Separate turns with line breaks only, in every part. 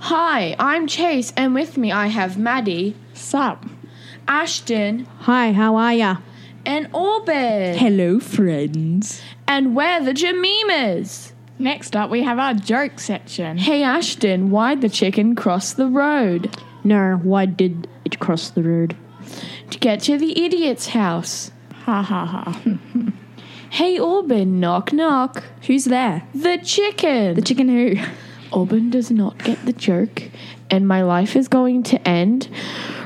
Hi, I'm Chase, and with me I have Maddie,
Sup?
Ashton,
Hi, how are ya?
and Orbit.
Hello, friends.
And we're the Jemimas.
Next up, we have our joke section.
Hey, Ashton, why'd the chicken cross the road?
No, why did it cross the road?
To get to the idiot's house.
Ha ha ha.
Hey, Orban, knock knock.
Who's there?
The chicken.
The chicken who?
Orban does not get the joke, and my life is going to end.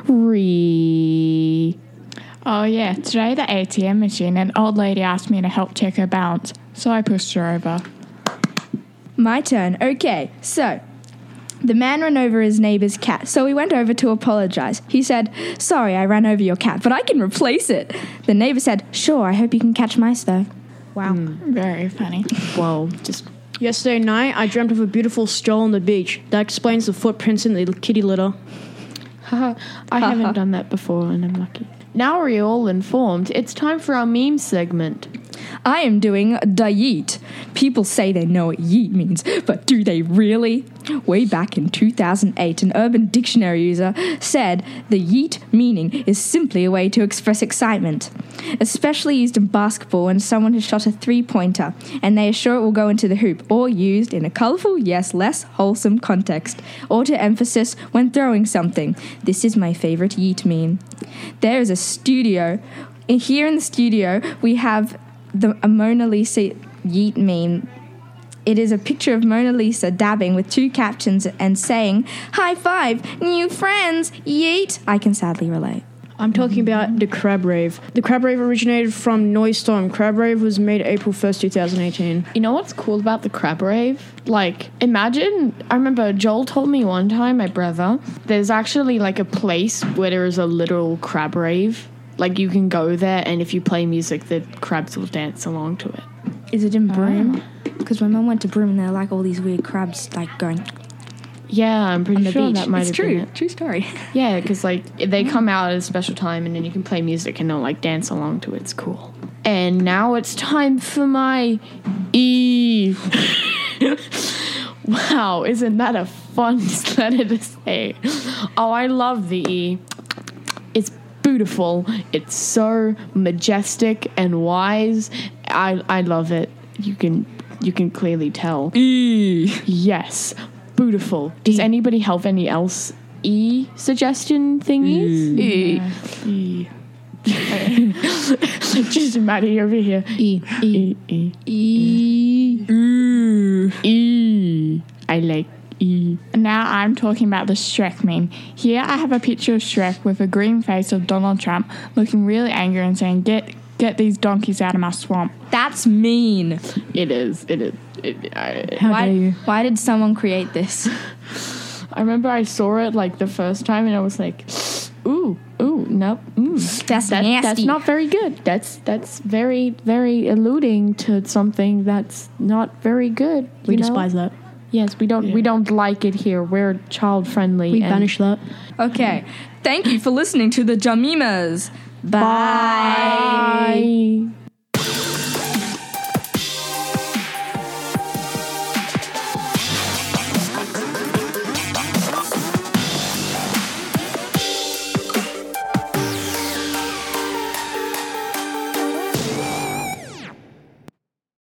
Re.
Oh, yeah, today the ATM machine, oh, an old lady asked me to help check her balance, so I pushed her over.
My turn. Okay, so the man ran over his neighbor's cat, so he went over to apologize. He said, Sorry, I ran over your cat, but I can replace it. The neighbor said, Sure, I hope you can catch mice though.
Wow.
Very funny.
Whoa, just.
Yesterday night, I dreamt of a beautiful stroll on the beach. That explains the footprints in the kitty litter.
Haha, Oh, I haven't done that before, and I'm lucky. Now we're all informed. It's time for our meme segment.
I am doing Dayit. People say they know what yeet means, but do they really? Way back in 2008, an Urban Dictionary user said the yeet meaning is simply a way to express excitement, especially used in basketball when someone has shot a three pointer and they are sure it will go into the hoop, or used in a colourful, yes, less wholesome context, or to emphasis when throwing something. This is my favourite yeet meme. There is a studio. Here in the studio, we have the a Mona Lisa yeet meme. It is a picture of Mona Lisa dabbing with two captions and saying, High five, new friends, yeet. I can sadly relate.
I'm talking
Mm-hmm.
about the crab rave. The crab rave originated from Noise Storm. Crab rave was made April 1st, 2018.
You know what's cool about the crab rave? Like, imagine. I remember Joel told me one time, my brother, there's actually like a place where there is a literal crab rave. Like, you can go there, and if you play music, the crabs will dance along to it.
Is it in Broome? Because my mum went to Broome and there are like all these weird crabs like going
Yeah, I'm pretty
on the
sure
beach.
that might
it's
have
true.
been it.
True story.
Yeah, because like they come out at a special time, and then you can play music, and they'll like dance along to it. It's cool. And now it's time for my E. wow, isn't that a fun letter to say? Oh, I love the E. It's beautiful. It's so majestic and wise. I I love it. You can you can clearly tell. Yes, beautiful. Does anybody have any else e suggestion thingies? E.
E.
Just Maddie over here. E. E. E.
E.
E. I like e.
Now I'm talking about the Shrek meme. Here I have a picture of Shrek with a green face of Donald Trump looking really angry and saying, Get get these donkeys out of my swamp.
That's mean.
It is. It is. It, I,
How
why,
dare you?
why did someone create this?
I remember I saw it like the first time and I was like, ooh, ooh, no, mm.
That's
That,
nasty.
that's not very good. That's that's very very alluding to something that's not very good.
We
you know?
despise that.
Yes, we don't we don't like it here. We're child friendly.
We banish that.
okay. Thank you for listening to the Jamimas. Bye.
Bye.